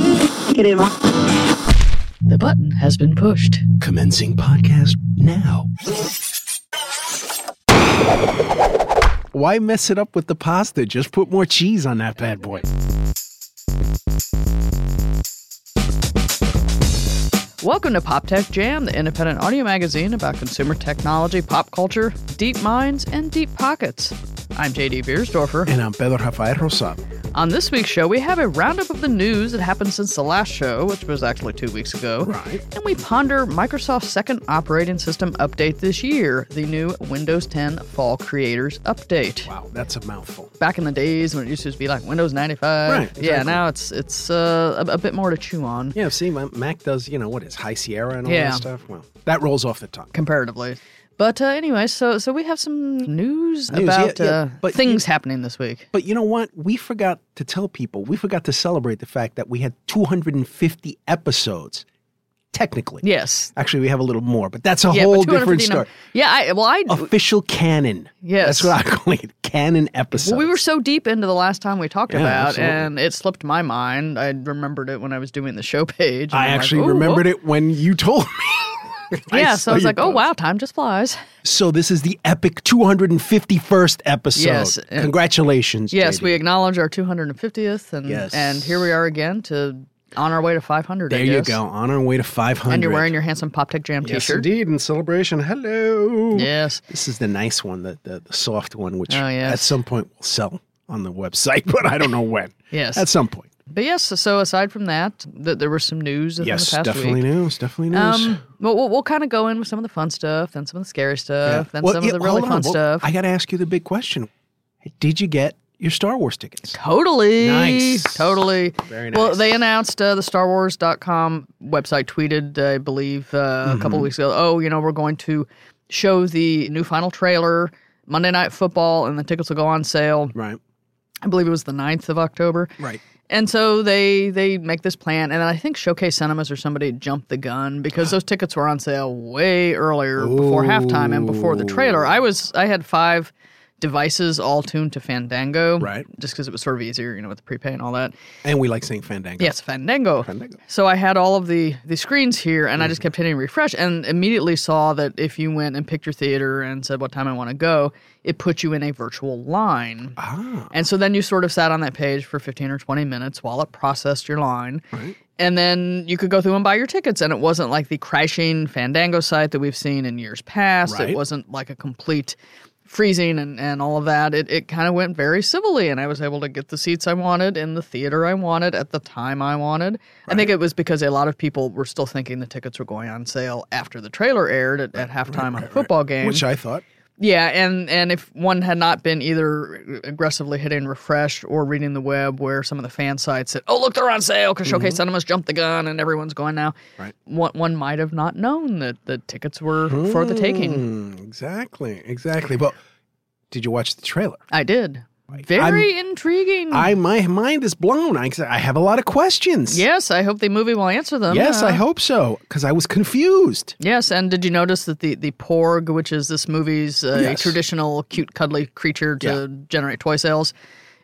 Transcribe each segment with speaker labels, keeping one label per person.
Speaker 1: negative.
Speaker 2: The button has been pushed.
Speaker 3: Commencing podcast now. Why mess it up with the pasta? Just put more cheese on that bad boy.
Speaker 2: Welcome to Pop Tech Jam, the independent audio magazine about consumer technology, pop culture, deep minds, and deep pockets. I'm JD Beersdorfer.
Speaker 3: And I'm Pedro Rafael Rosado.
Speaker 2: On this week's show, we have a roundup of the news that happened since the last show, which was actually two weeks ago.
Speaker 3: Right.
Speaker 2: And we ponder Microsoft's second operating system update this year, the new Windows 10 Fall Creators Update.
Speaker 3: Wow, that's a mouthful.
Speaker 2: back in the days when it used to be like Windows 95.
Speaker 3: Right,
Speaker 2: Yeah,
Speaker 3: exactly.
Speaker 2: now it's it's uh, a, a bit more to chew on
Speaker 3: Yeah, see, my Mac does, you know, what is High Sierra and all
Speaker 2: Yeah.
Speaker 3: that stuff? Well, that rolls off the tongue.
Speaker 2: comparatively. But uh, anyway, so so we have some news,
Speaker 3: News,
Speaker 2: about
Speaker 3: yeah, yeah,
Speaker 2: uh,
Speaker 3: but
Speaker 2: things happening this week.
Speaker 3: But you know what? We forgot to tell people, we forgot to celebrate the fact that we had 250 episodes, technically.
Speaker 2: Yes.
Speaker 3: Actually, we have a little more, but that's a
Speaker 2: yeah,
Speaker 3: whole
Speaker 2: but
Speaker 3: different
Speaker 2: 259
Speaker 3: story. Oh,
Speaker 2: Yeah, I, well, I
Speaker 3: Official canon.
Speaker 2: Yes.
Speaker 3: That's what I call it. Canon episode.
Speaker 2: well, we were so deep into the last time we talked
Speaker 3: Yeah,
Speaker 2: about,
Speaker 3: absolutely.
Speaker 2: and it slipped my mind. I remembered it when I was doing the show page.
Speaker 3: I actually remembered it when you told me.
Speaker 2: Yeah, so I was like, oh wow, time just flies.
Speaker 3: So this is the epic 251st episode.
Speaker 2: Yes, and-
Speaker 3: Congratulations.
Speaker 2: Yes,
Speaker 3: JD.
Speaker 2: we acknowledge our 250th, and
Speaker 3: Yes.
Speaker 2: and here we are again to on our way to 500. I
Speaker 3: There you
Speaker 2: guess.
Speaker 3: go. On our way to 500.
Speaker 2: And you're wearing your handsome Pop Tech Jam
Speaker 3: yes,
Speaker 2: T-shirt.
Speaker 3: indeed. In celebration. Hello.
Speaker 2: Yes.
Speaker 3: This is the nice one, the, the, the soft one, which
Speaker 2: Oh, yes.
Speaker 3: at some point will sell on the website, but I don't know when.
Speaker 2: Yes.
Speaker 3: At some point.
Speaker 2: but yes. So aside from that, th- there were some news in
Speaker 3: Yes,
Speaker 2: the past
Speaker 3: definitely
Speaker 2: week.
Speaker 3: news. Definitely news.
Speaker 2: Um, but we'll, we'll kind of go in with some of the fun stuff, then some of the scary stuff, then
Speaker 3: Well,
Speaker 2: some
Speaker 3: yeah,
Speaker 2: of the really
Speaker 3: hold
Speaker 2: fun
Speaker 3: on. Well,
Speaker 2: stuff.
Speaker 3: I got to ask you the big question. Did you get your Star Wars tickets?
Speaker 2: Totally.
Speaker 3: Nice.
Speaker 2: Totally.
Speaker 3: Very
Speaker 2: Well,
Speaker 3: nice.
Speaker 2: they announced uh, the StarWars.com website tweeted, I believe, uh,
Speaker 3: Mm-hmm.
Speaker 2: a couple weeks ago, oh, you know, we're going to show the new final trailer Monday Night Football, and the tickets will go on sale.
Speaker 3: Right.
Speaker 2: I believe it was the 9th of October.
Speaker 3: Right.
Speaker 2: And so they they make this plan, and then I think Showcase Cinemas or somebody jumped the gun because those tickets were on sale way earlier before halftime and before the trailer. I was I had five devices all tuned to Fandango,
Speaker 3: Right.
Speaker 2: Just because it was sort of easier, you know, with the prepay and all that.
Speaker 3: And we like saying Fandango.
Speaker 2: Yes, Fandango.
Speaker 3: Fandango. Mm-hmm.
Speaker 2: So I had all of the the screens here, and I just kept hitting refresh, and immediately saw that if you went and picked your theater and said what time I want to go, it put you in a virtual line.
Speaker 3: Ah.
Speaker 2: And so then you sort of sat on that page for 15 or 20 minutes while it processed your line. And then you could go through and buy your tickets. And it wasn't like the crashing Fandango site that we've seen in years past.
Speaker 3: Right.
Speaker 2: It wasn't like a complete freezing and, and all of that. It, it kind of went very civilly. And I was able to get the seats I wanted in the theater I wanted at the time I wanted. I think it was because a lot of people were still thinking the tickets were going on sale after the trailer aired at, at halftime on a football game.
Speaker 3: Which I thought.
Speaker 2: Yeah, and and if one had not been either aggressively hitting refresh or reading the web, where some of the fan sites said, "Oh, look, they're on sale," because Showcase Cinemas jumped the gun and everyone's going now.
Speaker 3: Mm-hmm. Right.
Speaker 2: One one might have not known that the tickets were for the taking.
Speaker 3: Mm, exactly. Exactly. But did you watch the trailer?
Speaker 2: I did. Very intriguing.
Speaker 3: I my mind is blown. I, I have a lot of questions.
Speaker 2: yes, I hope the movie will answer them.
Speaker 3: Yes, I
Speaker 2: Uh,
Speaker 3: hope so. Because I was confused.
Speaker 2: Yes, and did you notice that the the porg, which is this movie's uh,
Speaker 3: Yes.
Speaker 2: traditional cute, cuddly creature to
Speaker 3: Yeah.
Speaker 2: generate toy sales,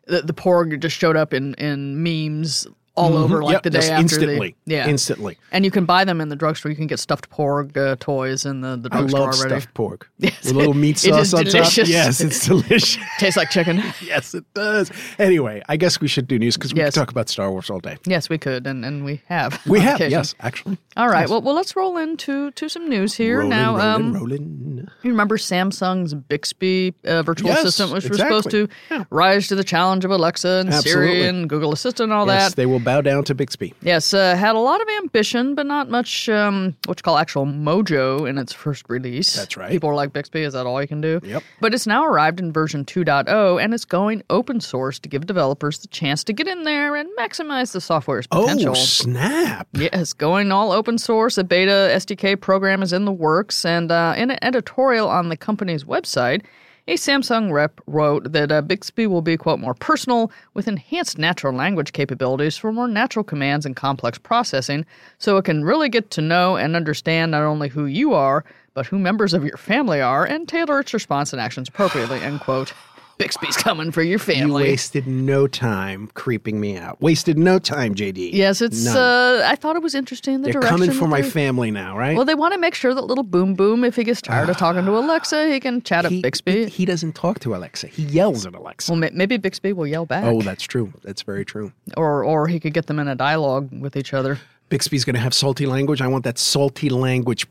Speaker 2: the, the porg just showed up in in memes all over like
Speaker 3: Mm-hmm. Yep,
Speaker 2: the day
Speaker 3: just
Speaker 2: after
Speaker 3: instantly.
Speaker 2: The, yeah,
Speaker 3: Instantly.
Speaker 2: and you can buy them in the drugstore. You can get stuffed porg uh, toys in the the
Speaker 3: I
Speaker 2: drugstore
Speaker 3: love
Speaker 2: already.
Speaker 3: stuffed pork.
Speaker 2: Yes,
Speaker 3: With a little meat
Speaker 2: it
Speaker 3: sauce
Speaker 2: is
Speaker 3: on top.
Speaker 2: delicious.
Speaker 3: Yes, it's delicious.
Speaker 2: Tastes like chicken.
Speaker 3: yes, it does. Anyway, I guess we should do news because we
Speaker 2: Yes.
Speaker 3: could talk about Star Wars all day.
Speaker 2: yes, we could, and and we have.
Speaker 3: We
Speaker 2: on
Speaker 3: have,
Speaker 2: occasion.
Speaker 3: yes, actually.
Speaker 2: All right. Well, well, let's roll into to some news here
Speaker 3: rolling,
Speaker 2: now.
Speaker 3: rolling,
Speaker 2: um,
Speaker 3: rolling.
Speaker 2: You remember Samsung's Bixby uh, virtual
Speaker 3: Yes,
Speaker 2: assistant, which was supposed
Speaker 3: exactly.
Speaker 2: to rise to the challenge of Alexa and Siri
Speaker 3: Absolutely.
Speaker 2: and Google Assistant and all
Speaker 3: Yes,
Speaker 2: that.
Speaker 3: they will bow down to Bixby.
Speaker 2: Yes, uh, had a lot of ambition, but not much um, what you call actual mojo in its first release.
Speaker 3: That's right.
Speaker 2: People are like, Bixby, is that all you can do?
Speaker 3: Yep.
Speaker 2: But it's now arrived in version 2.0 and it's going open source to give developers the chance to get in there and maximize the software's
Speaker 3: Oh,
Speaker 2: potential.
Speaker 3: snap.
Speaker 2: Yes, going all open source. A beta SDK program is in the works, and uh, in an editorial on the company's website, a Samsung rep wrote that uh, Bixby will be, quote, more personal with enhanced natural language capabilities for more natural commands and complex processing, so it can really get to know and understand not only who you are, but who members of your family are, and tailor its response and actions appropriately, end quote. Bixby's coming for your
Speaker 3: You
Speaker 2: family.
Speaker 3: wasted no time creeping me out. Wasted no time, JD.
Speaker 2: yes, it's.
Speaker 3: None.
Speaker 2: Uh, I thought it was interesting. The
Speaker 3: They're
Speaker 2: direction
Speaker 3: coming for
Speaker 2: that
Speaker 3: my
Speaker 2: they-
Speaker 3: family now, right?
Speaker 2: Well, they want to make sure that little Boom Boom, if he gets tired of talking to Alexa, he can chat
Speaker 3: Ah, he,
Speaker 2: at Bixby.
Speaker 3: he- he doesn't talk to Alexa. He yells at Alexa.
Speaker 2: well, ma- maybe Bixby will yell back,
Speaker 3: Oh, that's true. That's very true.
Speaker 2: or or he could get them in a dialogue with each other.
Speaker 3: Bixby's going to have salty language. I want that salty language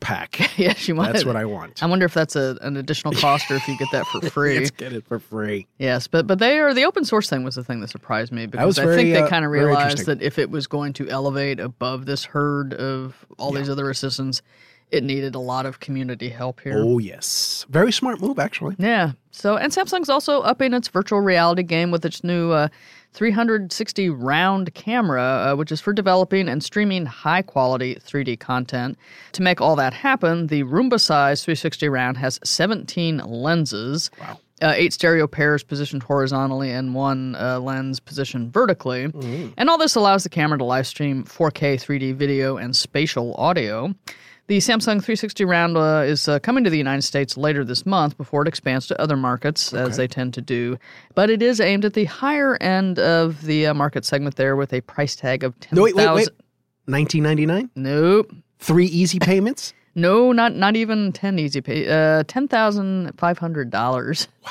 Speaker 3: pack.
Speaker 2: yeah, she might.
Speaker 3: That's what I want.
Speaker 2: I wonder if that's a, an additional cost or if you get that for free.
Speaker 3: Let's get it for free.
Speaker 2: Yes, but but they are the open source thing was the thing that surprised me because
Speaker 3: was
Speaker 2: I think
Speaker 3: very,
Speaker 2: they
Speaker 3: uh,
Speaker 2: kind of
Speaker 3: very
Speaker 2: realized
Speaker 3: interesting.
Speaker 2: that if it was going to elevate above this herd of all these other assistants, it needed a lot of community help here.
Speaker 3: Oh, yes. Very smart move, actually.
Speaker 2: Yeah. So and Samsung's also upping its virtual reality game with its new uh, 360 round camera, uh, which is for developing and streaming high quality 3D content. To make all that happen, the Roomba size 360 round has 17 lenses. Wow. Uh, eight stereo pairs positioned horizontally and one uh, lens positioned vertically.
Speaker 3: Mm-hmm.
Speaker 2: And all this allows the camera to live stream 4K 3D video and spatial audio. The Samsung 360 round uh, is uh, coming to the United States later this month before it expands to other markets, as they tend to do. But it is aimed at the higher end of the uh, market segment there with a price tag of ten
Speaker 3: No, wait,
Speaker 2: thousand.
Speaker 3: wait, wait. 1999?
Speaker 2: Nope.
Speaker 3: Three easy payments?
Speaker 2: No, not not even ten easy pay. Uh, ten thousand five hundred dollars. Wow.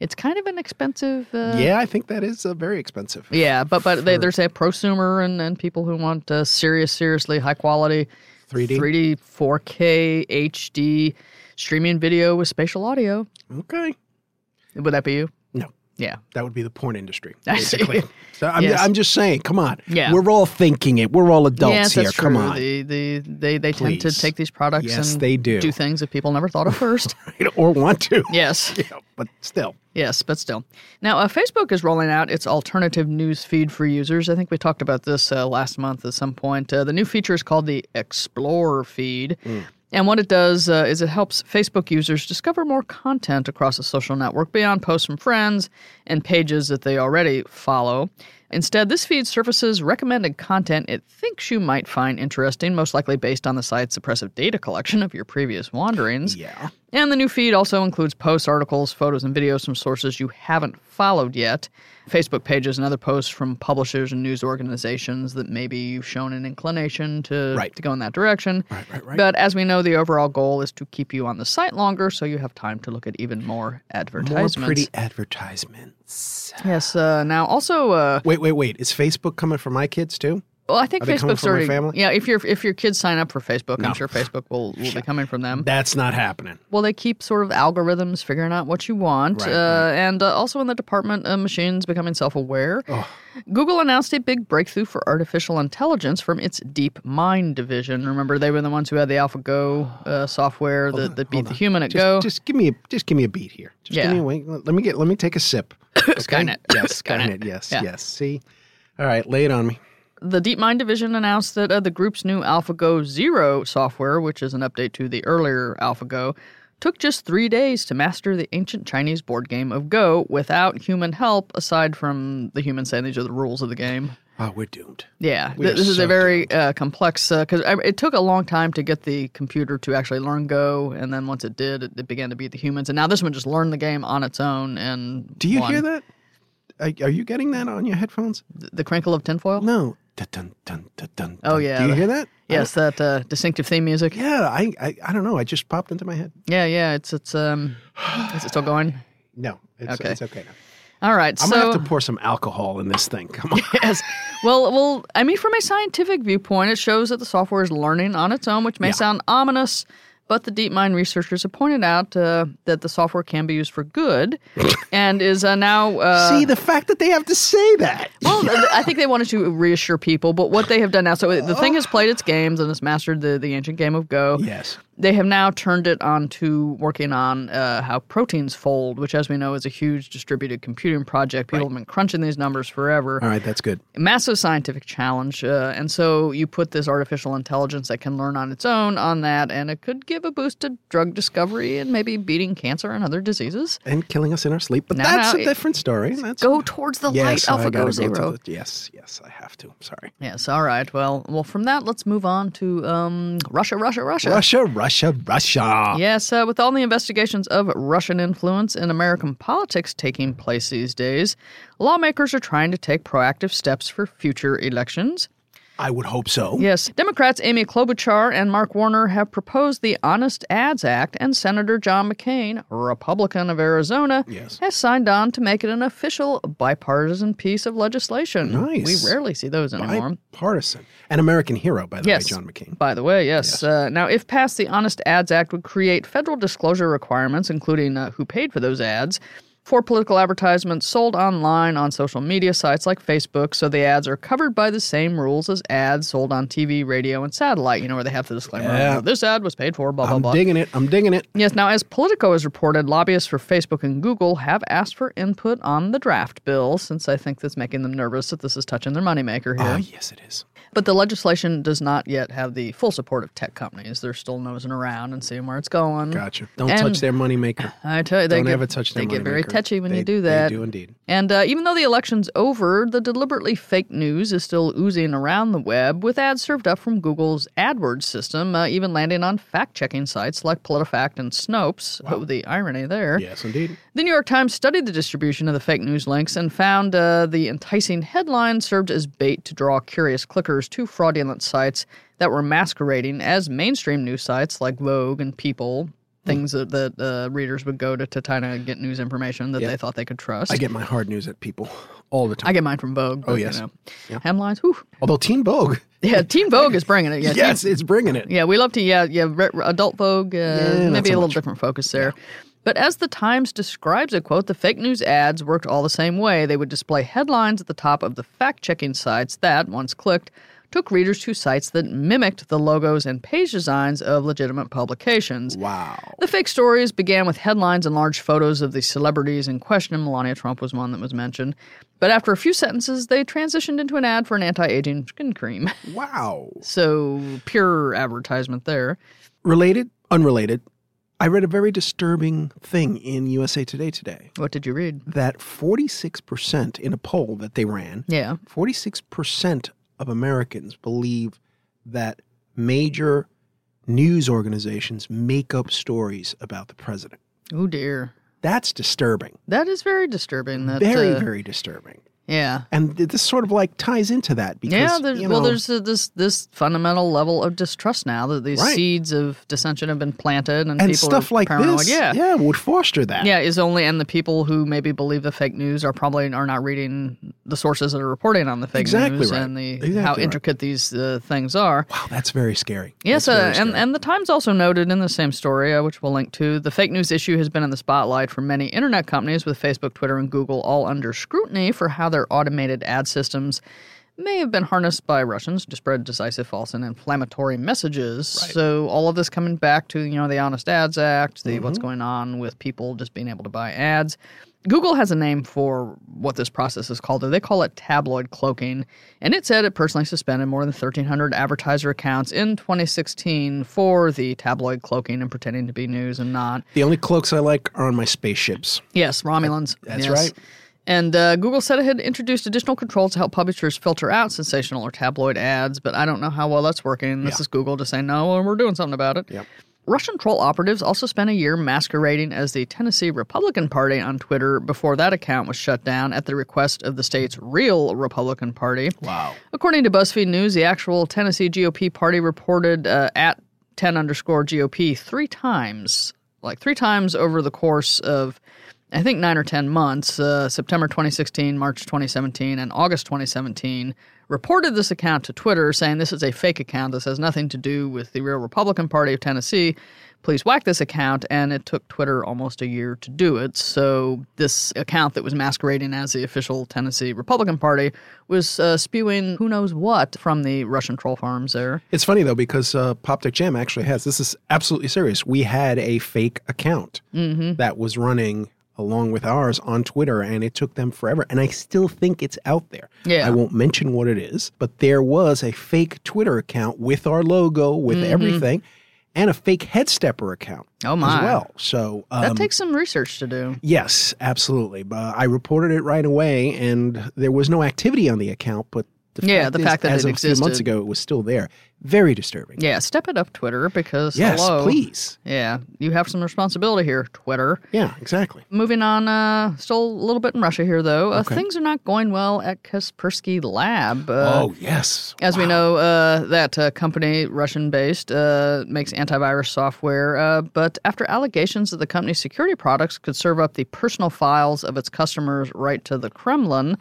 Speaker 2: It's kind of an expensive. Uh,
Speaker 3: yeah, I think that is uh, very expensive.
Speaker 2: yeah, but but they, there's a prosumer and, and people who want uh, serious, seriously high quality
Speaker 3: 3D?
Speaker 2: 3D, 4K, HD, streaming video with spatial audio.
Speaker 3: Okay.
Speaker 2: Would that be you?
Speaker 3: No,
Speaker 2: Yeah.
Speaker 3: that would be the porn industry,
Speaker 2: I see.
Speaker 3: basically. so I'm,
Speaker 2: Yes.
Speaker 3: I'm just saying, come on.
Speaker 2: Yeah.
Speaker 3: We're all thinking it. We're all adults
Speaker 2: yes,
Speaker 3: here.
Speaker 2: that's
Speaker 3: Come
Speaker 2: true.
Speaker 3: on.
Speaker 2: The, the, they they tend to
Speaker 3: Please.
Speaker 2: take these products
Speaker 3: Yes,
Speaker 2: and
Speaker 3: they do.
Speaker 2: do things that people never thought of first.
Speaker 3: or want to.
Speaker 2: yes.
Speaker 3: Yeah, but still.
Speaker 2: Yes, but still. Now, uh, Facebook is rolling out its alternative news feed for users. I think we talked about this uh, last month at some point. Uh, the new feature is called the Explorer feed. And what it does uh, is it helps Facebook users discover more content across a social network beyond posts from friends and pages that they already follow. Instead, this feed surfaces recommended content it thinks you might find interesting, most likely based on the site's oppressive data collection of your previous wanderings.
Speaker 3: Yeah.
Speaker 2: And the new feed also includes posts, articles, photos, and videos from sources you haven't followed yet, Facebook pages, and other posts from publishers and news organizations that maybe you've shown an inclination to,
Speaker 3: Right.
Speaker 2: to go in that direction.
Speaker 3: Right, right, right.
Speaker 2: But as we know, the overall goal is to keep you on the site longer so you have time to look at even more
Speaker 3: More
Speaker 2: advertisements.
Speaker 3: pretty advertisements.
Speaker 2: Yes. Uh, now, also, uh,
Speaker 3: Wait, wait, wait. Is Facebook coming for my kids too?
Speaker 2: well, I think
Speaker 3: Are they coming
Speaker 2: Facebook's
Speaker 3: from my
Speaker 2: already.
Speaker 3: family?
Speaker 2: Yeah, if your if your kids sign up for Facebook, I'm sure Facebook will, will be coming from them.
Speaker 3: That's not happening.
Speaker 2: Well, they keep sort of algorithms figuring out what you want,
Speaker 3: Right,
Speaker 2: uh, and uh, also in the department of machines becoming self-aware. Google announced a big breakthrough for artificial intelligence from its Deep Mind division. Remember, they were the ones who had the AlphaGo uh, software that, that beat the human at
Speaker 3: Just,
Speaker 2: Go.
Speaker 3: just give me a just give me a beat here. Just
Speaker 2: Yeah.
Speaker 3: give me a wink. Let me get let me take a sip. Okay?
Speaker 2: Skynet.
Speaker 3: Yes,
Speaker 2: Skynet.
Speaker 3: Skynet. Yes,
Speaker 2: Yeah.
Speaker 3: yes. See? All right, lay it on me.
Speaker 2: the DeepMind division announced that uh, the group's new AlphaGo Zero software, which is an update to the earlier AlphaGo, took just three days to master the ancient Chinese board game of Go without human help, aside from the human saying these are the rules of the game.
Speaker 3: Oh, we're doomed.
Speaker 2: Yeah,
Speaker 3: We
Speaker 2: th-
Speaker 3: are
Speaker 2: this is a
Speaker 3: so
Speaker 2: very uh, complex because I it took a long time to get the computer to actually learn Go, and then once it did, it, it began to beat the humans. And now this one just learned the game on its own. And
Speaker 3: Do you
Speaker 2: won.
Speaker 3: hear that? Are, are you getting that on your headphones?
Speaker 2: Th- The crinkle of tinfoil.
Speaker 3: No. Dun, dun, dun, dun, dun,
Speaker 2: Oh,
Speaker 3: dun.
Speaker 2: yeah,
Speaker 3: Do you
Speaker 2: the-
Speaker 3: hear that? I
Speaker 2: Yes, that uh, distinctive theme music.
Speaker 3: don't- yeah. I, I I don't know. I just popped into my head.
Speaker 2: Yeah, yeah. It's it's um, is it still going?
Speaker 3: No. It's
Speaker 2: Okay.
Speaker 3: okay. It's okay now.
Speaker 2: All right,
Speaker 3: I'm
Speaker 2: so
Speaker 3: gonna have to pour some alcohol in this thing. Come on.
Speaker 2: yes. Well, well, I mean, from a scientific viewpoint, it shows that the software is learning on its own, which may sound ominous, but the DeepMind researchers have pointed out uh, that the software can be used for good and is uh, now. Uh,
Speaker 3: See the fact that they have to say that.
Speaker 2: well, th- I think they wanted to reassure people, but what they have done now, so the thing has played its games and has mastered the, the ancient game of Go.
Speaker 3: Yes.
Speaker 2: They have now turned it on to working on uh, how proteins fold, which, as we know, is a huge distributed computing project. People have been crunching these numbers forever
Speaker 3: All right, that's good.
Speaker 2: massive scientific challenge. Uh, and so you put this artificial intelligence that can learn on its own on that, and it could give a boost to drug discovery and maybe beating cancer and other diseases.
Speaker 3: And killing us in our sleep, but
Speaker 2: No,
Speaker 3: that's
Speaker 2: no,
Speaker 3: a
Speaker 2: it-
Speaker 3: different story. That's
Speaker 2: Go towards the
Speaker 3: yes,
Speaker 2: light,
Speaker 3: I
Speaker 2: AlphaGo
Speaker 3: gotta go
Speaker 2: Zero.
Speaker 3: to the- yes, yes, I have to. Sorry.
Speaker 2: yes, all right. Well, well, from that, let's move on to um, Russia, Russia, Russia.
Speaker 3: Russia, Russia, Russia, Russia.
Speaker 2: Yes, uh, with all the investigations of Russian influence in American politics taking place these days, lawmakers are trying to take proactive steps for future elections.
Speaker 3: I would hope so.
Speaker 2: Yes, Democrats Amy Klobuchar and Mark Warner have proposed the Honest Ads Act, and Senator John McCain, Republican of Arizona,
Speaker 3: Yes.
Speaker 2: has signed on to make it an official bipartisan piece of legislation.
Speaker 3: Nice.
Speaker 2: We rarely see those anymore.
Speaker 3: Bipartisan. An American hero, by the
Speaker 2: Yes.
Speaker 3: way, John McCain.
Speaker 2: By the way, yes. Uh, now, if passed, the Honest Ads Act would create federal disclosure requirements, including uh, who paid for those ads, for political advertisements sold online on social media sites like Facebook, so the ads are covered by the same rules as ads sold on TV, radio, and satellite, you know, where they have the disclaimer.
Speaker 3: Yeah.
Speaker 2: This ad was paid for, blah, blah,
Speaker 3: I'm
Speaker 2: blah.
Speaker 3: digging it. I'm digging it.
Speaker 2: Yes, now, as Politico has reported, lobbyists for Facebook and Google have asked for input on the draft bill, since I think that's making them nervous that this is touching their moneymaker here.
Speaker 3: Ah, yes, it is.
Speaker 2: But the legislation does not yet have the full support of tech companies. They're still nosing around and seeing where it's going.
Speaker 3: Gotcha. Don't
Speaker 2: And-
Speaker 3: touch their moneymaker.
Speaker 2: I tell you, they
Speaker 3: Don't
Speaker 2: get,
Speaker 3: ever touch their
Speaker 2: they
Speaker 3: moneymaker.
Speaker 2: get very touchy when
Speaker 3: They-
Speaker 2: you do that.
Speaker 3: They do indeed.
Speaker 2: And uh, even though the election's over, the deliberately fake news is still oozing around the web, with ads served up from Google's AdWords system, uh, even landing on fact checking sites like PolitiFact and Snopes. Oh, the irony there.
Speaker 3: Yes, indeed.
Speaker 2: The New York Times studied the distribution of the fake news links and found uh, the enticing headline served as bait to draw curious clickers to fraudulent sites that were masquerading as mainstream news sites like Vogue and People,
Speaker 3: Hmm.
Speaker 2: things that, that uh, readers would go to to kind of get news information that they thought they could trust.
Speaker 3: I get my hard news at people all the time.
Speaker 2: I get mine from Vogue. Oh,
Speaker 3: yes.
Speaker 2: You know, Hemlines, whew.
Speaker 3: Although Teen Vogue,
Speaker 2: Yeah, Team Vogue is bringing it. Yeah, Teen
Speaker 3: yes, it's bringing it.
Speaker 2: yeah, we love to. Yeah, yeah. Re- re- adult Vogue, uh,
Speaker 3: not
Speaker 2: maybe
Speaker 3: so
Speaker 2: a little
Speaker 3: much.
Speaker 2: different focus there. But as the Times describes it, quote, the fake news ads worked all the same way. They would display headlines at the top of the fact checking sites that, once clicked, took readers to sites that mimicked the logos and page designs of legitimate publications.
Speaker 3: Wow.
Speaker 2: The fake stories began with headlines and large photos of the celebrities in question. Melania Trump was one that was mentioned. But after a few sentences, they transitioned into an ad for an anti aging skin cream.
Speaker 3: Wow.
Speaker 2: So, pure advertisement there.
Speaker 3: Related, unrelated. I read a very disturbing thing in USA Today today
Speaker 2: What did you read?
Speaker 3: that 46% in a poll that they ran,
Speaker 2: Yeah.
Speaker 3: 46% of Americans believe that major news organizations make up stories about the president.
Speaker 2: Oh dear.
Speaker 3: That's disturbing.
Speaker 2: That is very disturbing. That
Speaker 3: very,
Speaker 2: uh,
Speaker 3: very disturbing.
Speaker 2: yeah.
Speaker 3: And th- this sort of like ties into that because
Speaker 2: Yeah, there's,
Speaker 3: you
Speaker 2: well,
Speaker 3: know,
Speaker 2: there's uh, this this fundamental level of distrust now that these
Speaker 3: Right.
Speaker 2: seeds of dissension have been planted and,
Speaker 3: and
Speaker 2: people
Speaker 3: stuff
Speaker 2: are
Speaker 3: like
Speaker 2: paranoid.
Speaker 3: this.
Speaker 2: Yeah. yeah,
Speaker 3: yeah, would foster that.
Speaker 2: is only and the people who maybe believe the fake news are probably are not reading the sources that are reporting on the fake
Speaker 3: Exactly
Speaker 2: news
Speaker 3: right.
Speaker 2: and the
Speaker 3: Exactly
Speaker 2: how
Speaker 3: right.
Speaker 2: intricate these uh, things are.
Speaker 3: Wow, that's very scary.
Speaker 2: Yes,
Speaker 3: That's very
Speaker 2: uh, and,
Speaker 3: scary.
Speaker 2: and the Times also noted in the same story, uh, which we'll link to, the fake news issue has been in the spotlight for many internet companies, with Facebook, Twitter, and Google all under scrutiny for how their automated ad systems may have been harnessed by Russians to spread decisive, false, and inflammatory messages. So all of this coming back to you know the Honest Ads Act, the what's going on with people just being able to buy ads. Google has a name for what this process is called. though. They call it tabloid cloaking, and it said it personally suspended more than 1,300 advertiser accounts in 2016 for the tabloid cloaking and pretending to be news and not.
Speaker 3: the only cloaks I like are on my spaceships.
Speaker 2: Yes, Romulans.
Speaker 3: That's
Speaker 2: yes.
Speaker 3: right.
Speaker 2: And uh, Google said it had introduced additional controls to help publishers filter out sensational or tabloid ads, but I don't know how well that's working. This is Google just saying, no, and we're doing something about it.
Speaker 3: Yep.
Speaker 2: Russian troll operatives also spent a year masquerading as the Tennessee Republican Party on Twitter before that account was shut down at the request of the state's real Republican Party.
Speaker 3: Wow.
Speaker 2: According to BuzzFeed News, the actual Tennessee GOP party reported uh, at 10 underscore GOP three times, like three times over the course of, I think, nine or 10 months uh, September 2016, March 2017, and August 2017. Reported this account to Twitter saying this is a fake account. This has nothing to do with the real Republican Party of Tennessee. Please whack this account. And it took Twitter almost a year to do it. So, this account that was masquerading as the official Tennessee Republican Party was uh, spewing who knows what from the Russian troll farms there.
Speaker 3: It's funny though because uh, Pop Tech Jam actually has this is absolutely serious. We had a fake account
Speaker 2: Mm-hmm.
Speaker 3: that was running along with ours on Twitter, and it took them forever. And I still think it's out there.
Speaker 2: Yeah.
Speaker 3: I won't mention what it is, but there was a fake Twitter account with our logo, with everything, and a fake Headstepper account
Speaker 2: Mm-hmm. Oh, my.
Speaker 3: as well. So um,
Speaker 2: That takes some research to do.
Speaker 3: Yes, absolutely. Uh, I reported it right away, and there was no activity on the account, but The
Speaker 2: Yeah, the fact that
Speaker 3: as
Speaker 2: it
Speaker 3: of a few months
Speaker 2: existed.
Speaker 3: ago, it was still there. Very disturbing.
Speaker 2: Yeah, step it up, Twitter, because
Speaker 3: Yes,
Speaker 2: hello.
Speaker 3: please.
Speaker 2: Yeah, you have some responsibility here, Twitter.
Speaker 3: Yeah, exactly.
Speaker 2: Moving on, uh, still a little bit in Russia here, though. Uh, Things are not going well at Kaspersky Lab. Uh,
Speaker 3: oh yes.
Speaker 2: As we know, uh, that uh, company, Russian based, uh, makes antivirus software. Uh, but after allegations that the company's security products could serve up the personal files of its customers right to the Kremlin,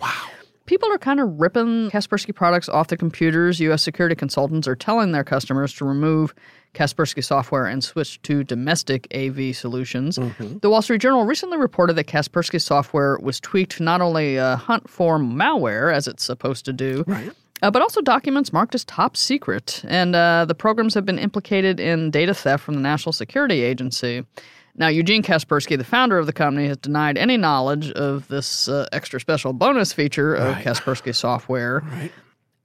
Speaker 2: people are kind of ripping Kaspersky products off the computers. U.S. security consultants are telling their customers to remove Kaspersky software and switch to domestic AV solutions. The Wall Street Journal recently reported that Kaspersky software was tweaked to not only uh, hunt for malware, as it's supposed to do, uh, but also documents marked as top secret. And uh, the programs have been implicated in data theft from the National Security Agency. Now, Eugene Kaspersky, the founder of the company, has denied any knowledge of this uh, extra special bonus feature of Kaspersky software.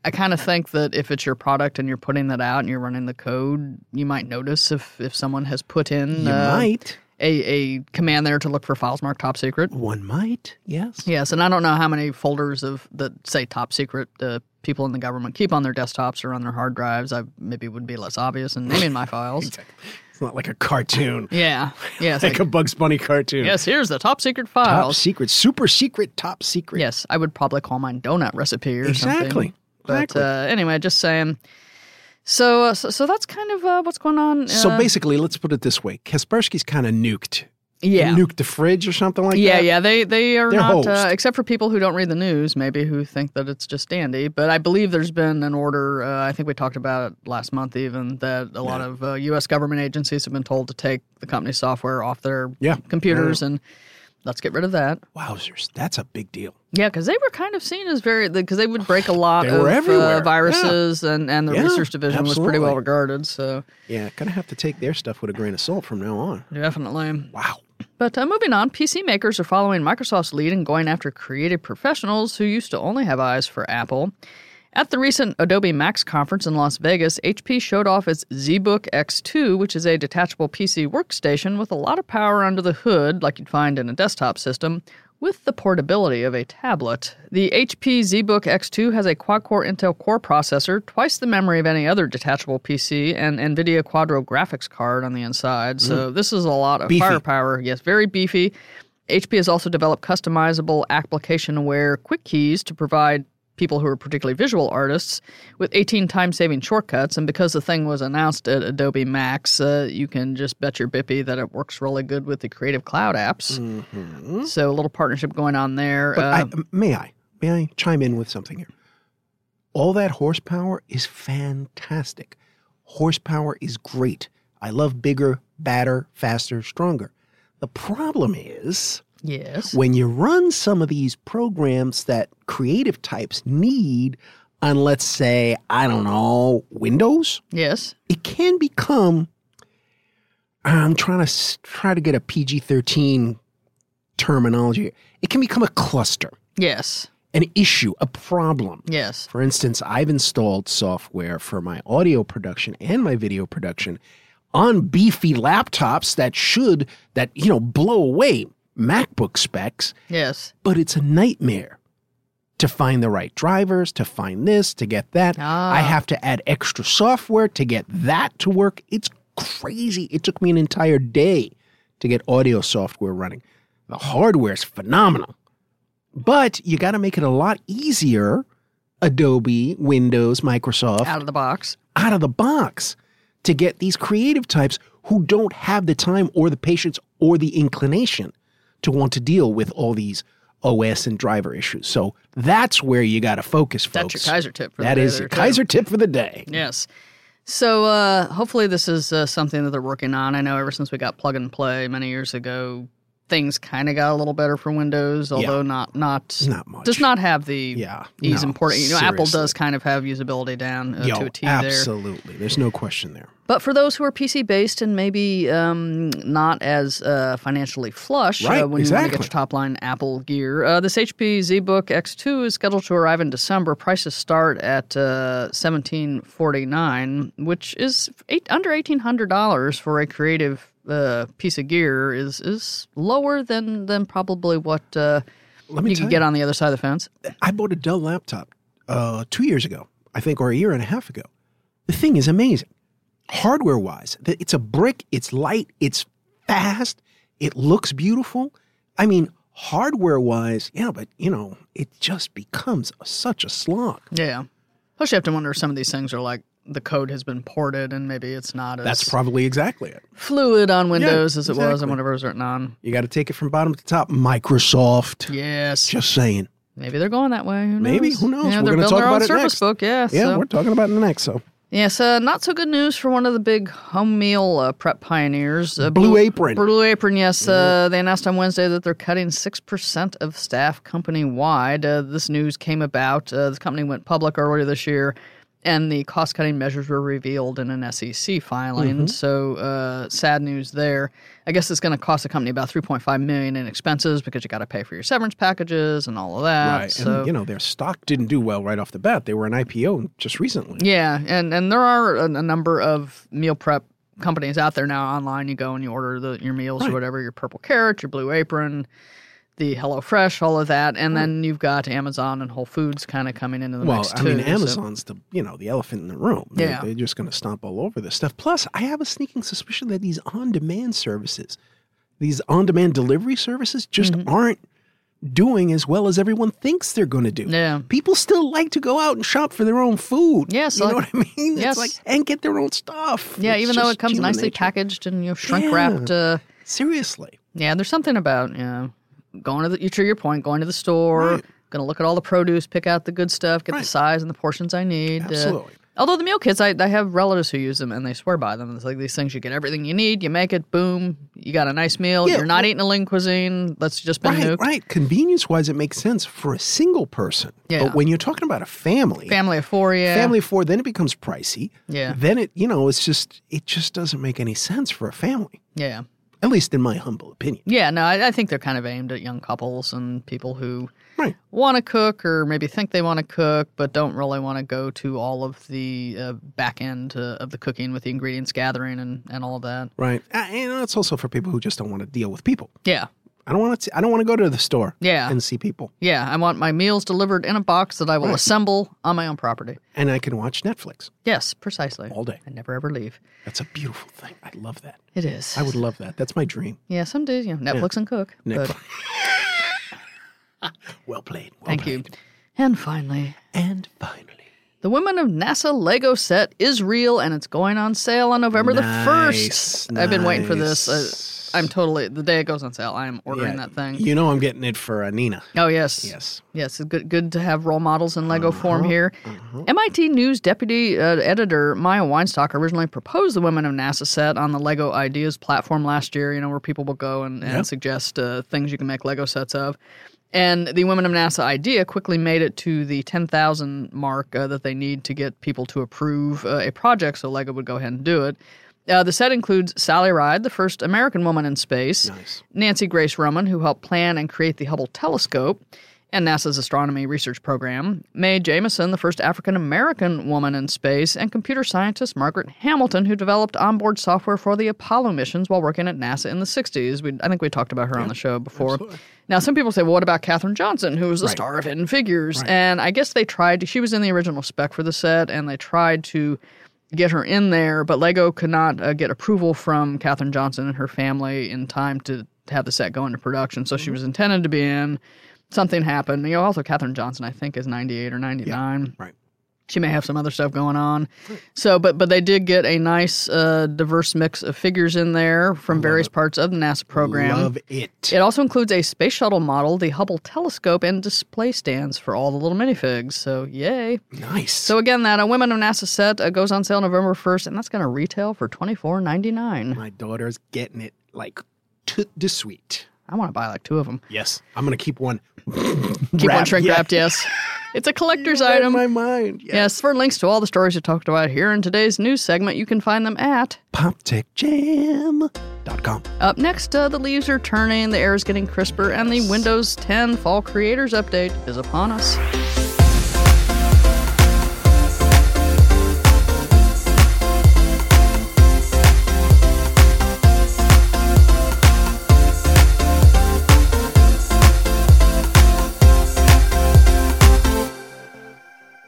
Speaker 2: I kind of think that if it's your product and you're putting that out and you're running the code, you might notice if, if someone has put in
Speaker 3: You
Speaker 2: uh,
Speaker 3: might.
Speaker 2: A, a command there to look for files marked top secret.
Speaker 3: One might. Yes.
Speaker 2: Yes, and I don't know how many folders of that say top secret uh, people in the government keep on their desktops or on their hard drives. I maybe would be less obvious in naming my files.
Speaker 3: It's not like a cartoon.
Speaker 2: Yeah. Yes.
Speaker 3: Like a Bugs Bunny cartoon.
Speaker 2: yes. Here's the top secret
Speaker 3: Top
Speaker 2: files.
Speaker 3: secret, super secret, top secret.
Speaker 2: yes, I would probably call mine donut recipe or
Speaker 3: Exactly.
Speaker 2: something. But
Speaker 3: Exactly.
Speaker 2: uh, anyway, just saying. So, uh, so, so that's kind of uh, what's going on.
Speaker 3: so
Speaker 2: uh,
Speaker 3: basically, let's put it this way: Kaspersky's kind of nuked. They
Speaker 2: yeah.
Speaker 3: nuked the fridge or something like
Speaker 2: Yeah,
Speaker 3: that.
Speaker 2: yeah, they they are
Speaker 3: They're
Speaker 2: not uh,
Speaker 3: hosed.
Speaker 2: except for people who don't read the news, maybe who think that it's just dandy. But I believe there's been an order. Uh, I think we talked about it last month, even that a lot of uh, U.S. government agencies have been told to take the company's software off their
Speaker 3: Yeah.
Speaker 2: computers and let's get rid of that.
Speaker 3: Wowzers, that's a big deal.
Speaker 2: Yeah, because they were kind of seen as very because they would break a lot
Speaker 3: They
Speaker 2: of
Speaker 3: were everywhere.
Speaker 2: Uh, viruses, and and the
Speaker 3: Yeah,
Speaker 2: research division was pretty
Speaker 3: absolutely.
Speaker 2: well regarded. So
Speaker 3: Yeah, kind of have to take their stuff with a grain of salt from now on.
Speaker 2: definitely.
Speaker 3: Wow.
Speaker 2: But uh, moving on, PC makers are following Microsoft's lead and going after creative professionals who used to only have eyes for Apple. At the recent Adobe Max conference in Las Vegas, HP showed off its ZBook X2, which is a detachable PC workstation with a lot of power under the hood, like you'd find in a desktop system, with the portability of a tablet. The HP ZBook X2 has a quad core Intel Core processor, twice the memory of any other detachable PC, and NVIDIA Quadro graphics card on the inside. So, this is a lot of
Speaker 3: Beefy.
Speaker 2: firepower. Yes, very beefy. HP has also developed customizable application aware quick keys to provide people who are particularly visual artists with 18 time saving shortcuts. And because the thing was announced at Adobe Max, uh, you can just bet your bippy that it works really good with the Creative Cloud apps. So a little partnership going on there.
Speaker 3: Mm-hmm. But I,
Speaker 2: Um,
Speaker 3: may I? May I chime in with something here? All that horsepower is fantastic. Horsepower is great. I love bigger, badder, faster, stronger. The problem is
Speaker 2: yes.
Speaker 3: when you run some of these programs that creative types need on, let's say, I don't know, Windows,
Speaker 2: yes.
Speaker 3: it can become. I'm trying to s- try to get a PG-13 terminology. here. It can become a cluster
Speaker 2: Yes.
Speaker 3: an issue, a problem.
Speaker 2: Yes.
Speaker 3: For instance, I've installed software for my audio production and my video production on beefy laptops that should that you know blow away MacBook specs,
Speaker 2: Yes.
Speaker 3: but it's a nightmare to find the right drivers, to find this, to get that.
Speaker 2: Ah.
Speaker 3: I have to add extra software to get that to work. It's crazy. It took me an entire day to get audio software running. The hardware is phenomenal. But you got to make it a lot easier, Adobe, Windows, Microsoft,
Speaker 2: Out of the box.
Speaker 3: out of the box to get these creative types who don't have the time or the patience or the inclination to want to deal with all these OS and driver issues. So that's where you got to focus, folks.
Speaker 2: That's your Kaiser tip. For the
Speaker 3: That
Speaker 2: day
Speaker 3: is
Speaker 2: there,
Speaker 3: your
Speaker 2: too.
Speaker 3: Kaiser tip for the day.
Speaker 2: Yes. So uh, hopefully this is uh, something that they're working on. I know ever since we got plug and play many years ago, things kind of got a little better for Windows, although not not
Speaker 3: Not much.
Speaker 2: does not have the
Speaker 3: Yeah,
Speaker 2: ease
Speaker 3: no,
Speaker 2: important. You know, Apple does
Speaker 3: seriously.
Speaker 2: kind of have usability down uh, to
Speaker 3: Yo,
Speaker 2: a T there.
Speaker 3: absolutely. There's no question there.
Speaker 2: But for those who are PC based and maybe um, not as uh, financially flush
Speaker 3: Right,
Speaker 2: uh, when you want to
Speaker 3: exactly.
Speaker 2: get your top line Apple gear, uh, this HP ZBook X2 is scheduled to arrive in December. Prices start at uh, seventeen forty nine, which is eight, under eighteen hundred dollars for a creative uh, piece of gear. is is lower than than probably what uh,
Speaker 3: Let me
Speaker 2: you
Speaker 3: tell
Speaker 2: could get on the other side of the fence.
Speaker 3: I bought a Dell laptop uh, two years ago, I think, or a year and a half ago. The thing is amazing. Hardware wise, it's a brick, it's light, it's fast, it looks beautiful. I mean, hardware wise, yeah, but you know, it just becomes such a slog.
Speaker 2: Yeah. Plus, you have to wonder if some of these things are like the code has been ported and maybe it's not as
Speaker 3: That's probably exactly it.
Speaker 2: fluid on Windows as it was
Speaker 3: exactly.
Speaker 2: on whatever it was written on.
Speaker 3: You got to take it from bottom to top. Microsoft.
Speaker 2: Yes.
Speaker 3: Just saying.
Speaker 2: Maybe they're going that way. Who knows?
Speaker 3: Maybe. Who knows?
Speaker 2: Yeah,
Speaker 3: We're
Speaker 2: they're building
Speaker 3: gonna talk
Speaker 2: their own
Speaker 3: about it
Speaker 2: service
Speaker 3: next.
Speaker 2: book. Yeah.
Speaker 3: Yeah,
Speaker 2: so-
Speaker 3: we're talking about it in the next. So,
Speaker 2: Yes, uh, not so good news for one of the big home meal uh, prep pioneers, uh,
Speaker 3: Blue Apron. Mm-hmm.
Speaker 2: Blue Apron, yes. Uh, they announced on Wednesday that they're cutting 6% of staff company wide. Uh, this news came about. Uh, the company went public earlier this year, and the cost cutting measures were revealed in an SEC filing.
Speaker 3: Mm-hmm.
Speaker 2: So, uh, sad news there. I guess it's going to cost the company about $3.5 million in expenses because you got to pay for your severance packages and all of that.
Speaker 3: right.
Speaker 2: So,
Speaker 3: and, you know, their stock didn't do well right off the bat. They were an IPO just recently.
Speaker 2: Yeah, and and there are a, a number of meal prep companies out there now online. You go and you order the, your meals or whatever, your Purple Carrot, your Blue Apron, the Hello Fresh, all of that, and then you've got Amazon and Whole Foods kind of coming into the
Speaker 3: Well,
Speaker 2: mix
Speaker 3: I
Speaker 2: too.
Speaker 3: mean,
Speaker 2: so-
Speaker 3: Amazon's the you know the elephant in the room. They're-
Speaker 2: Yeah.
Speaker 3: they're just going to stomp all over this stuff. Plus, I have a sneaking suspicion that these on-demand services, these on-demand delivery services, just
Speaker 2: Mm-hmm.
Speaker 3: aren't doing as well as everyone thinks they're going to do.
Speaker 2: Yeah.
Speaker 3: people still like to go out and shop for their own food.
Speaker 2: Yes,
Speaker 3: you know
Speaker 2: like-
Speaker 3: what I mean.
Speaker 2: yes.
Speaker 3: It's like and get their own stuff.
Speaker 2: yeah,
Speaker 3: It's
Speaker 2: even though
Speaker 3: just
Speaker 2: it comes
Speaker 3: human
Speaker 2: nicely
Speaker 3: nature.
Speaker 2: packaged and you know, shrink wrapped. Uh,
Speaker 3: Seriously,
Speaker 2: yeah, there's something about you know, going to the you- to your point, going to the store,
Speaker 3: Right.
Speaker 2: going to look at all the produce, pick out the good stuff, get
Speaker 3: Right.
Speaker 2: the size and the portions I need. uh,
Speaker 3: absolutely.
Speaker 2: Although the meal kits, I, I have relatives who use them and they swear by them. It's like these things you get everything you need, you make it, boom, you got a nice meal.
Speaker 3: Yeah,
Speaker 2: You're not eating a lean cuisine that's just been
Speaker 3: Right,
Speaker 2: nuked.
Speaker 3: right. Convenience wise, it makes sense for a single person.
Speaker 2: Yeah.
Speaker 3: But when you're talking about a family,
Speaker 2: Family of four, yeah.
Speaker 3: family of four, then it becomes pricey.
Speaker 2: Yeah.
Speaker 3: Then it, you know, it's just it just doesn't make any sense for a family.
Speaker 2: Yeah.
Speaker 3: At least in my humble opinion.
Speaker 2: Yeah, no, I, I think they're kind of aimed at young couples and people who
Speaker 3: Right.
Speaker 2: want to cook or maybe think they want to cook but don't really want to go to all of the uh, back end uh, of the cooking with the ingredients gathering and, and all of that.
Speaker 3: Right. Uh, and it's also for people who just don't want to deal with people.
Speaker 2: Yeah.
Speaker 3: I don't want to I don't want to go to the store
Speaker 2: Yeah.
Speaker 3: and see people.
Speaker 2: Yeah. I want my meals delivered in a box that I will assemble on my own property.
Speaker 3: And I can watch Netflix
Speaker 2: Yes, precisely.
Speaker 3: all day.
Speaker 2: I never ever leave.
Speaker 3: That's a beautiful thing. I love that.
Speaker 2: It is.
Speaker 3: I would love that. That's my dream.
Speaker 2: Yeah, some do. Yeah, Netflix and cook.
Speaker 3: Netflix.
Speaker 2: But
Speaker 3: Well played. Well
Speaker 2: thank you.
Speaker 3: played.
Speaker 2: And finally,
Speaker 3: And finally.
Speaker 2: the Women of NASA Lego set is real, and it's going on sale on November the first.
Speaker 3: Nice,
Speaker 2: I've been waiting for this.
Speaker 3: nice.
Speaker 2: I, I'm totally the day it goes on sale. I am ordering
Speaker 3: Yeah,
Speaker 2: that thing.
Speaker 3: You know I'm getting it for uh, Nina.
Speaker 2: Oh yes,
Speaker 3: Yes.
Speaker 2: yes. It's good, good to have role models in Lego form here. MIT News deputy uh, editor Maya Weinstock originally proposed the Women of NASA set on the Lego Ideas platform last year. You know where people will go and, and suggest uh, things you can make Lego sets of. And the Women of NASA idea quickly made it to the 10,000 mark uh, that they need to get people to approve uh, a project, so LEGO would go ahead and do it. Uh, the set includes Sally Ride, the first American woman in space,
Speaker 3: Nice.
Speaker 2: Nancy Grace Roman, who helped plan and create the Hubble telescope and NASA's astronomy research program, Mae Jameson, the first African American woman in space, and computer scientist Margaret Hamilton, who developed onboard software for the Apollo missions while working at NASA in the 60s. We, I think we talked about her on the show before. Now, some people say, well, what about Katherine Johnson, who was the star of Hidden Figures? And I guess they tried to, she was in the original spec for the set, and they tried to get her in there, but Lego could not uh, get approval from Katherine Johnson and her family in time to have the set go into production.
Speaker 3: Mm-hmm.
Speaker 2: So she was intended to be in. Something happened. You know, also Katherine Johnson, I think, is ninety eight or ninety nine.
Speaker 3: Right.
Speaker 2: She may have some other stuff going on. So, but but they did get a nice, uh, diverse mix of figures in there from various parts of the NASA program.
Speaker 3: Love it.
Speaker 2: It also includes a space shuttle model, the Hubble telescope, and display stands for all the little minifigs. So, yay.
Speaker 3: Nice.
Speaker 2: So again, that a Women of NASA set uh, goes on sale November first, and that's going to retail for twenty four ninety nine.
Speaker 3: My daughter's getting it like to the sweet.
Speaker 2: I want to buy like two of them.
Speaker 3: Yes. I'm going to keep one.
Speaker 2: Keep one
Speaker 3: wrapped,
Speaker 2: shrink
Speaker 3: yeah.
Speaker 2: wrapped. Yes, it's a collector's
Speaker 3: Out
Speaker 2: item.
Speaker 3: of my mind. Yeah.
Speaker 2: Yes, for links to all the stories you talked about here in today's news segment, you can find them at.
Speaker 3: PopTechJam.com.
Speaker 2: Up next, uh, the leaves are turning, the air is getting crisper, and the Windows 10 Fall Creators Update is upon us.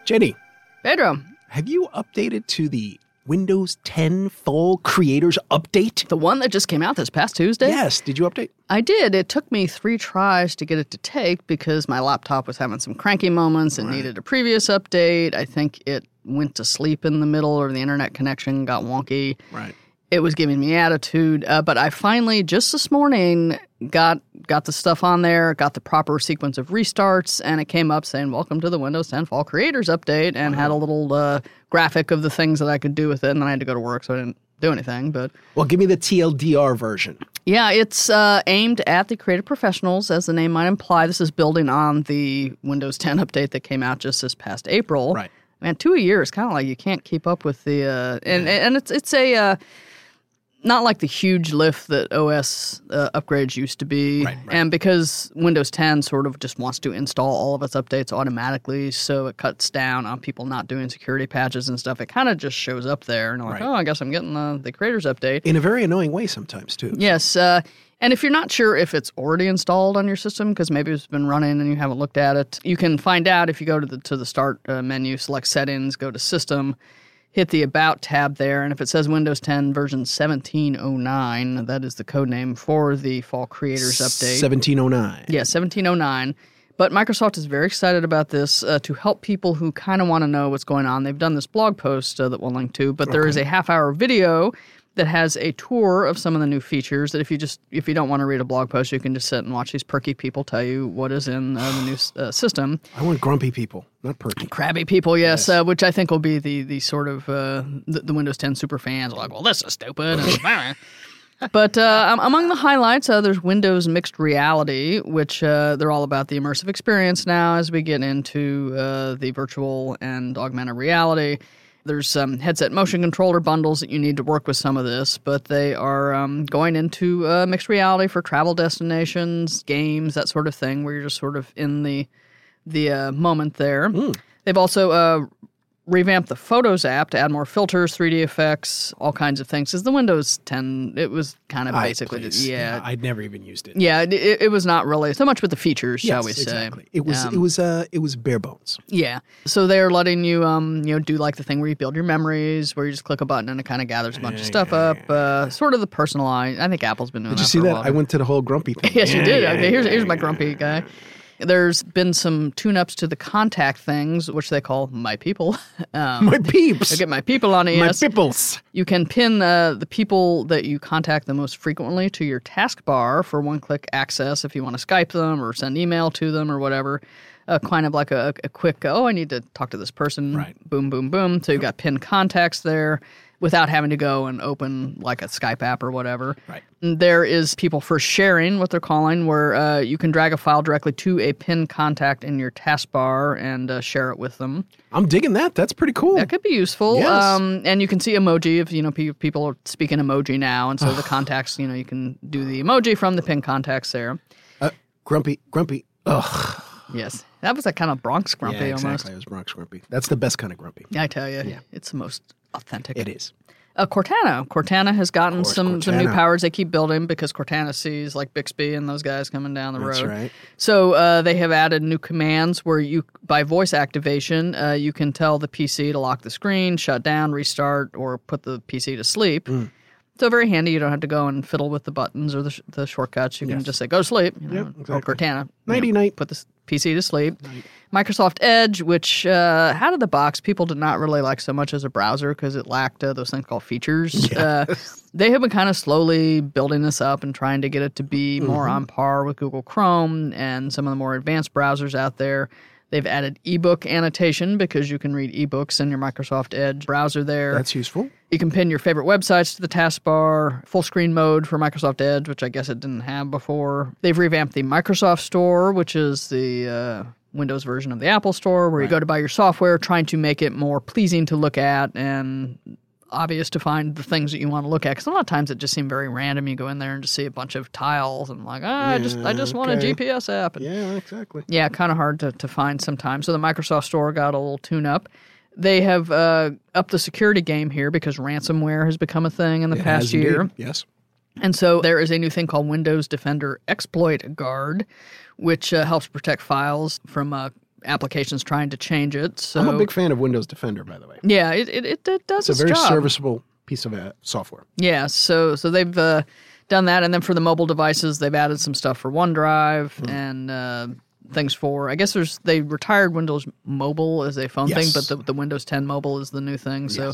Speaker 3: Jenny,
Speaker 2: Pedro,
Speaker 3: have you updated to the Windows 10 full creators update?
Speaker 2: the one that just came out this past Tuesday?
Speaker 3: Yes. Did you update?
Speaker 2: I did. It took me three tries to get it to take because my laptop was having some cranky moments. It needed a previous update. I think it went to sleep in the middle or the internet connection got wonky.
Speaker 3: Right.
Speaker 2: It was giving me attitude, uh, but I finally just this morning got got the stuff on there, got the proper sequence of restarts, and it came up saying "Welcome to the Windows 10 Fall Creators Update" and had a little uh, graphic of the things that I could do with it. And then I had to go to work, so I didn't do anything. But
Speaker 3: Well, give me the TLDR version.
Speaker 2: yeah, it's uh, aimed at the creative professionals, as the name might imply. This is building on the Windows 10 update that came out just this past April.
Speaker 3: Right.
Speaker 2: Man, two a year is kind of like you can't keep up with the uh, and and it's it's a uh, not like the huge lift that OS uh, upgrades used to be,
Speaker 3: Right, right.
Speaker 2: and because Windows 10 sort of just wants to install all of its updates automatically, so it cuts down on people not doing security patches and stuff. It kind of just shows up there, and like,
Speaker 3: Right.
Speaker 2: oh, I guess I'm getting the, the creators update.
Speaker 3: In a very annoying way sometimes, too.
Speaker 2: Yes. Uh, and if you're not sure if it's already installed on your system, because maybe it's been running and you haven't looked at it, you can find out if you go to the to the start uh, menu, select settings, go to system, hit the about tab there, and if it says Windows 10 version 1709, that is the code name for the Fall Creators Update.
Speaker 3: 1709.
Speaker 2: Yeah, 1709. But Microsoft is very excited about this uh, to help people who kind of want to know what's going on. They've done this blog post uh, that we'll link to, but there is a half hour video that has a tour of some of the new features that if you just if you don't want to read a blog post you can just sit and watch these perky people tell you what is in uh, the new s- uh, system
Speaker 3: I want grumpy people, not perky.
Speaker 2: crabby people, yes, Uh, which I think will be the the sort of uh, the, the Windows 10 super fans are like, well, this is stupid. and- but uh, um, among the highlights, uh, there's Windows Mixed Reality, which uh, they're all about the immersive experience now as we get into uh, the virtual and augmented reality. There's um, headset motion controller bundles that you need to work with some of this, but they are um, going into uh, mixed reality for travel destinations, games, that sort of thing, where you're just sort of in the the uh, moment there.
Speaker 3: Hmm.
Speaker 2: They've also uh, revamped the Photos app to add more filters, 3D effects, all kinds of things. Because the Windows 10, it was kind of
Speaker 3: I-
Speaker 2: basically,
Speaker 3: please.
Speaker 2: yeah,
Speaker 3: I'd never even used it.
Speaker 2: yeah, it, it it was not really so much with the features, shall
Speaker 3: Yes,
Speaker 2: we say? Um,
Speaker 3: Exactly. It was it was uh it was bare bones.
Speaker 2: Yeah. So they're letting you, um, you know, do like the thing where you build your memories, where you just click a button and it kind of gathers a bunch of stuff up. Uh, sort of the personalized. I think Apple's been doing.
Speaker 3: Did you
Speaker 2: that
Speaker 3: see
Speaker 2: for a
Speaker 3: that?
Speaker 2: while.
Speaker 3: I went to the whole grumpy thing.
Speaker 2: Yes, you did. okay, here's here's my grumpy guy. There's been some tune-ups to the contact things, which they call my people. Um,
Speaker 3: My peeps.
Speaker 2: I get my people on E
Speaker 3: My
Speaker 2: ES.
Speaker 3: peoples.
Speaker 2: you can pin uh, the people that you contact the most frequently to your taskbar for one-click access if you want to Skype them or send email to them or whatever. Uh, kind of like a, a quick, oh, I need to talk to this person.
Speaker 3: Right.
Speaker 2: Boom, boom, boom. So you got pinned contacts there without having to go and open like a Skype app or whatever.
Speaker 3: Right.
Speaker 2: There is people for sharing, what they're calling, where uh, you can drag a file directly to a pinned contact in your taskbar and uh, share it with them.
Speaker 3: I'm digging that. That's pretty cool.
Speaker 2: That could be useful.
Speaker 3: Yes.
Speaker 2: Um, and you can see emoji if you know pe- people are speaking emoji now, and so the contacts, you know, you can do the emoji from the pin contacts there.
Speaker 3: Uh, grumpy, grumpy. Ugh.
Speaker 2: Yes, that was a kind of Bronx grumpy
Speaker 3: Yeah,
Speaker 2: almost.
Speaker 3: exactly. It was Bronx grumpy. That's the best kind of grumpy.
Speaker 2: I tell you, it's the most authentic.
Speaker 3: It is.
Speaker 2: Uh, Cortana. Cortana has gotten
Speaker 3: course,
Speaker 2: some some new
Speaker 3: Cortana.
Speaker 2: powers they keep building because Cortana sees like Bixby and those guys coming down the
Speaker 3: That's
Speaker 2: road.
Speaker 3: right.
Speaker 2: So uh, they have added new commands where you, by voice activation, uh, you can tell the PC to lock the screen, shut down, restart, or put the PC to sleep.
Speaker 3: Mm.
Speaker 2: So very handy. You don't have to go and fiddle with the buttons or the, sh- the shortcuts. You can just say go to sleep. You know,
Speaker 3: exactly.
Speaker 2: Or Cortana. you
Speaker 3: Nighty
Speaker 2: know,
Speaker 3: night.
Speaker 2: Put the s- PC to sleep. Microsoft Edge, which uh, out of the box people did not really like so much as a browser because it lacked uh, those things called features. Uh, they have been kind of slowly building this up and trying to get it to be more on par with Google Chrome and some of the more advanced browsers out there. They've added ebook annotation because you can read ebooks in your Microsoft Edge browser there.
Speaker 3: That's useful.
Speaker 2: You can pin your favorite websites to the taskbar, full screen mode for Microsoft Edge, which I guess it didn't have before. They've revamped the Microsoft Store, which is the uh, Windows version of the Apple Store, where you go to buy your software, trying to make it more pleasing to look at and obvious to find the things that you want to look at. Because a lot of times it just seemed very random. You go in there and just see a bunch of tiles and like, ah, I just I just want
Speaker 3: okay.
Speaker 2: a GPS app. And
Speaker 3: Yeah, exactly.
Speaker 2: yeah, kind of hard to, to find sometimes. So the Microsoft Store got a little tune up. They have uh, upped the security game here because ransomware has become a thing in the past
Speaker 3: As
Speaker 2: year.
Speaker 3: indeed. Yes.
Speaker 2: And so there is a new thing called Windows Defender Exploit Guard, which uh, helps protect files from uh, applications trying to change it. So
Speaker 3: I'm a big fan of Windows Defender, by the way.
Speaker 2: yeah, it it, it, it does
Speaker 3: It's a very
Speaker 2: job.
Speaker 3: serviceable piece of uh, software.
Speaker 2: Yeah, so so they've uh, done that, and then for the mobile devices, they've added some stuff for OneDrive and uh, things for. I guess there's they retired Windows Mobile as a phone thing,
Speaker 3: Yes.
Speaker 2: but the, the Windows 10 Mobile is the new thing. So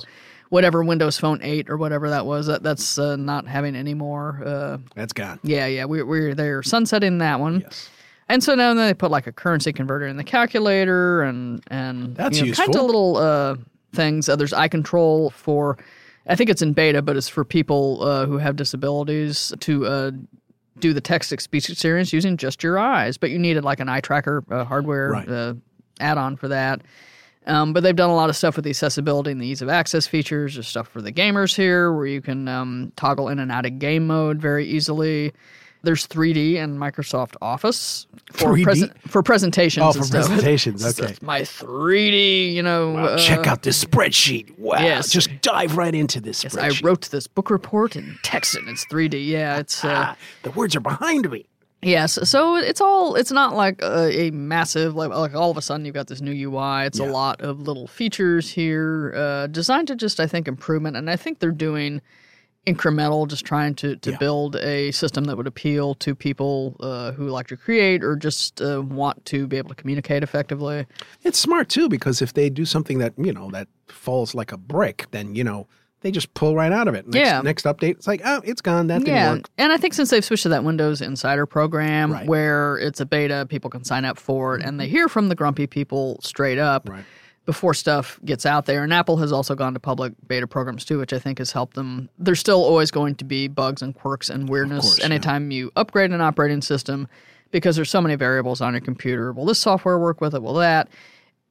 Speaker 2: whatever Windows Phone 8 or whatever that was, that that's uh, not having any more. Uh,
Speaker 3: That's gone.
Speaker 2: yeah, yeah, we, we're they're sunsetting that one,
Speaker 3: Yes.
Speaker 2: and so now they put like a currency converter in the calculator and and
Speaker 3: That's
Speaker 2: you know, kinds
Speaker 3: useful.
Speaker 2: of little uh, things. Uh, there's eye control for, I think it's in beta, but it's for people uh, who have disabilities to uh, do the text to speech experience using just your eyes. But you needed like an eye tracker uh, hardware
Speaker 3: Right.
Speaker 2: uh, add on for that. Um, but they've done a lot of stuff with the accessibility and the ease of access features. There's stuff for the gamers here where you can um, toggle in and out of game mode very easily. There's 3D and Microsoft Office for
Speaker 3: 3D?
Speaker 2: for presentations.
Speaker 3: Oh,
Speaker 2: and
Speaker 3: for
Speaker 2: stuff.
Speaker 3: presentations.
Speaker 2: It's
Speaker 3: Okay.
Speaker 2: my 3D, you know. uh,
Speaker 3: Check out this spreadsheet. Wow.
Speaker 2: yes.
Speaker 3: Just dive right into this
Speaker 2: I
Speaker 3: spreadsheet.
Speaker 2: wrote this book report in text, and it's 3D. Yeah, it's uh,
Speaker 3: Ah, the words are behind me.
Speaker 2: Yes, so it's all. It's not like a, a massive like, like all of a sudden you've got this new UI. It's a
Speaker 3: Yeah.
Speaker 2: lot of little features here, uh, designed to just I think improvement, and I think they're doing incremental, just trying to to
Speaker 3: Yeah.
Speaker 2: build a system that would appeal to people uh, who like to create or just uh, want to be able to communicate effectively.
Speaker 3: It's smart too because if they do something that you know that falls like a brick, then you know they just pull right out of it. Next,
Speaker 2: Yeah.
Speaker 3: Next update, it's like oh, it's gone. That didn't
Speaker 2: Yeah,
Speaker 3: work.
Speaker 2: and I think since they've switched to that Windows Insider program,
Speaker 3: Right. Mm-hmm.
Speaker 2: where it's a beta, people can sign up for it, and they hear from the grumpy people straight up
Speaker 3: Right.
Speaker 2: before stuff gets out there. And Apple has also gone to public beta programs too, which I think has helped them. There's still always going to be bugs and quirks and weirdness
Speaker 3: course, yeah.
Speaker 2: anytime you upgrade an operating system, because there's so many variables on your computer. Will this software work with it? Will that?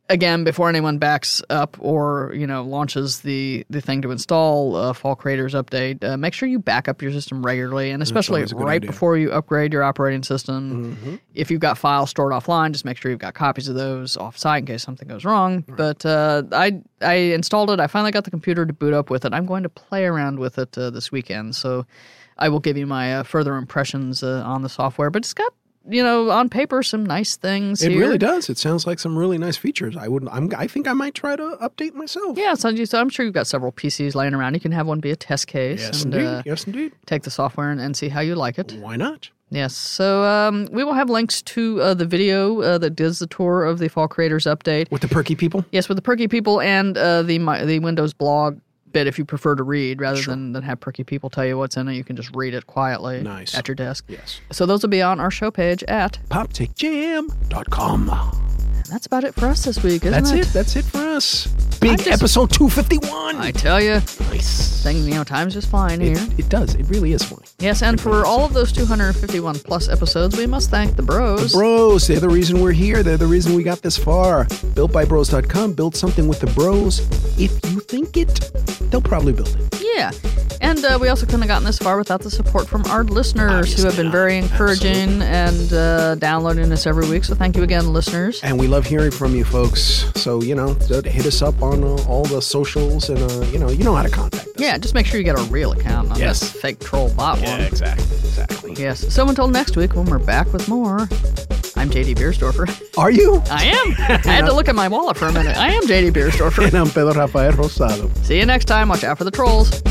Speaker 2: again before anyone backs up or you know launches the the thing to install uh, fall creators update uh, make sure you back up your system regularly and especially
Speaker 3: always a good
Speaker 2: right
Speaker 3: idea.
Speaker 2: before you upgrade your operating system
Speaker 3: Mm-hmm.
Speaker 2: if you've got files stored offline just make sure you've got copies of those offsite in case something goes wrong but uh, i i installed it i finally got the computer to boot up with it i'm going to play around with it uh, this weekend so i will give you my uh, further impressions uh, on the software but it's got you know on paper some nice things
Speaker 3: It
Speaker 2: here.
Speaker 3: really does. It sounds like some really nice features. I would. I'm. I think I might try to update myself.
Speaker 2: Yeah, so, you- so I'm sure you've got several PCs laying around. You can have one be a test case
Speaker 3: Yes,
Speaker 2: and
Speaker 3: indeed.
Speaker 2: uh,
Speaker 3: yes, indeed.
Speaker 2: take the software and, and see how you like it.
Speaker 3: Why not?
Speaker 2: Yes. So um, we will have links to uh, the video uh, that does the tour of the Fall Creators Update.
Speaker 3: With the perky people.
Speaker 2: Yes, with the perky people and uh, the mi- the Windows blog bit. If you prefer to read rather than, than have perky people tell you what's in it, you can just read it quietly
Speaker 3: Nice.
Speaker 2: at your desk.
Speaker 3: Yes.
Speaker 2: So those will be on our show page at.
Speaker 3: PopTechJam.com.
Speaker 2: And that's about it for us this week, isn't
Speaker 3: That's
Speaker 2: it?
Speaker 3: it. That's it for us. Big
Speaker 2: just-
Speaker 3: episode 251.
Speaker 2: I tell you,
Speaker 3: nice.
Speaker 2: thing you know, time's just flying here.
Speaker 3: It, it does. It really is fun.
Speaker 2: Yes, and for all of those 251 plus episodes, we must thank the bros.
Speaker 3: Bros, they're the reason we're here. They're the reason we got this far. BuiltByBros.com. Build something with the bros. If you think it, they'll probably build it.
Speaker 2: Yeah. And uh, we also couldn't have gotten this far without the support from our listeners who have been very encouraging and uh, downloading us every week. So thank you again, listeners.
Speaker 3: And we love hearing from you folks. So, you know, so hit us up on uh, all the socials and, uh, you know, you know how to contact us.
Speaker 2: Yeah, just make sure you get a real account, not
Speaker 3: Yes.
Speaker 2: this fake troll bot one.
Speaker 3: exactly. Exactly.
Speaker 2: Yes. So until next week when we're back with more, I'm JD Beersdorfer.
Speaker 3: Are you?
Speaker 2: I am. I had to look at my wallet for a minute. I am JD Beersdorfer.
Speaker 3: And I'm Pedro Rafael Rosado.
Speaker 2: See you next time. Watch out for the trolls.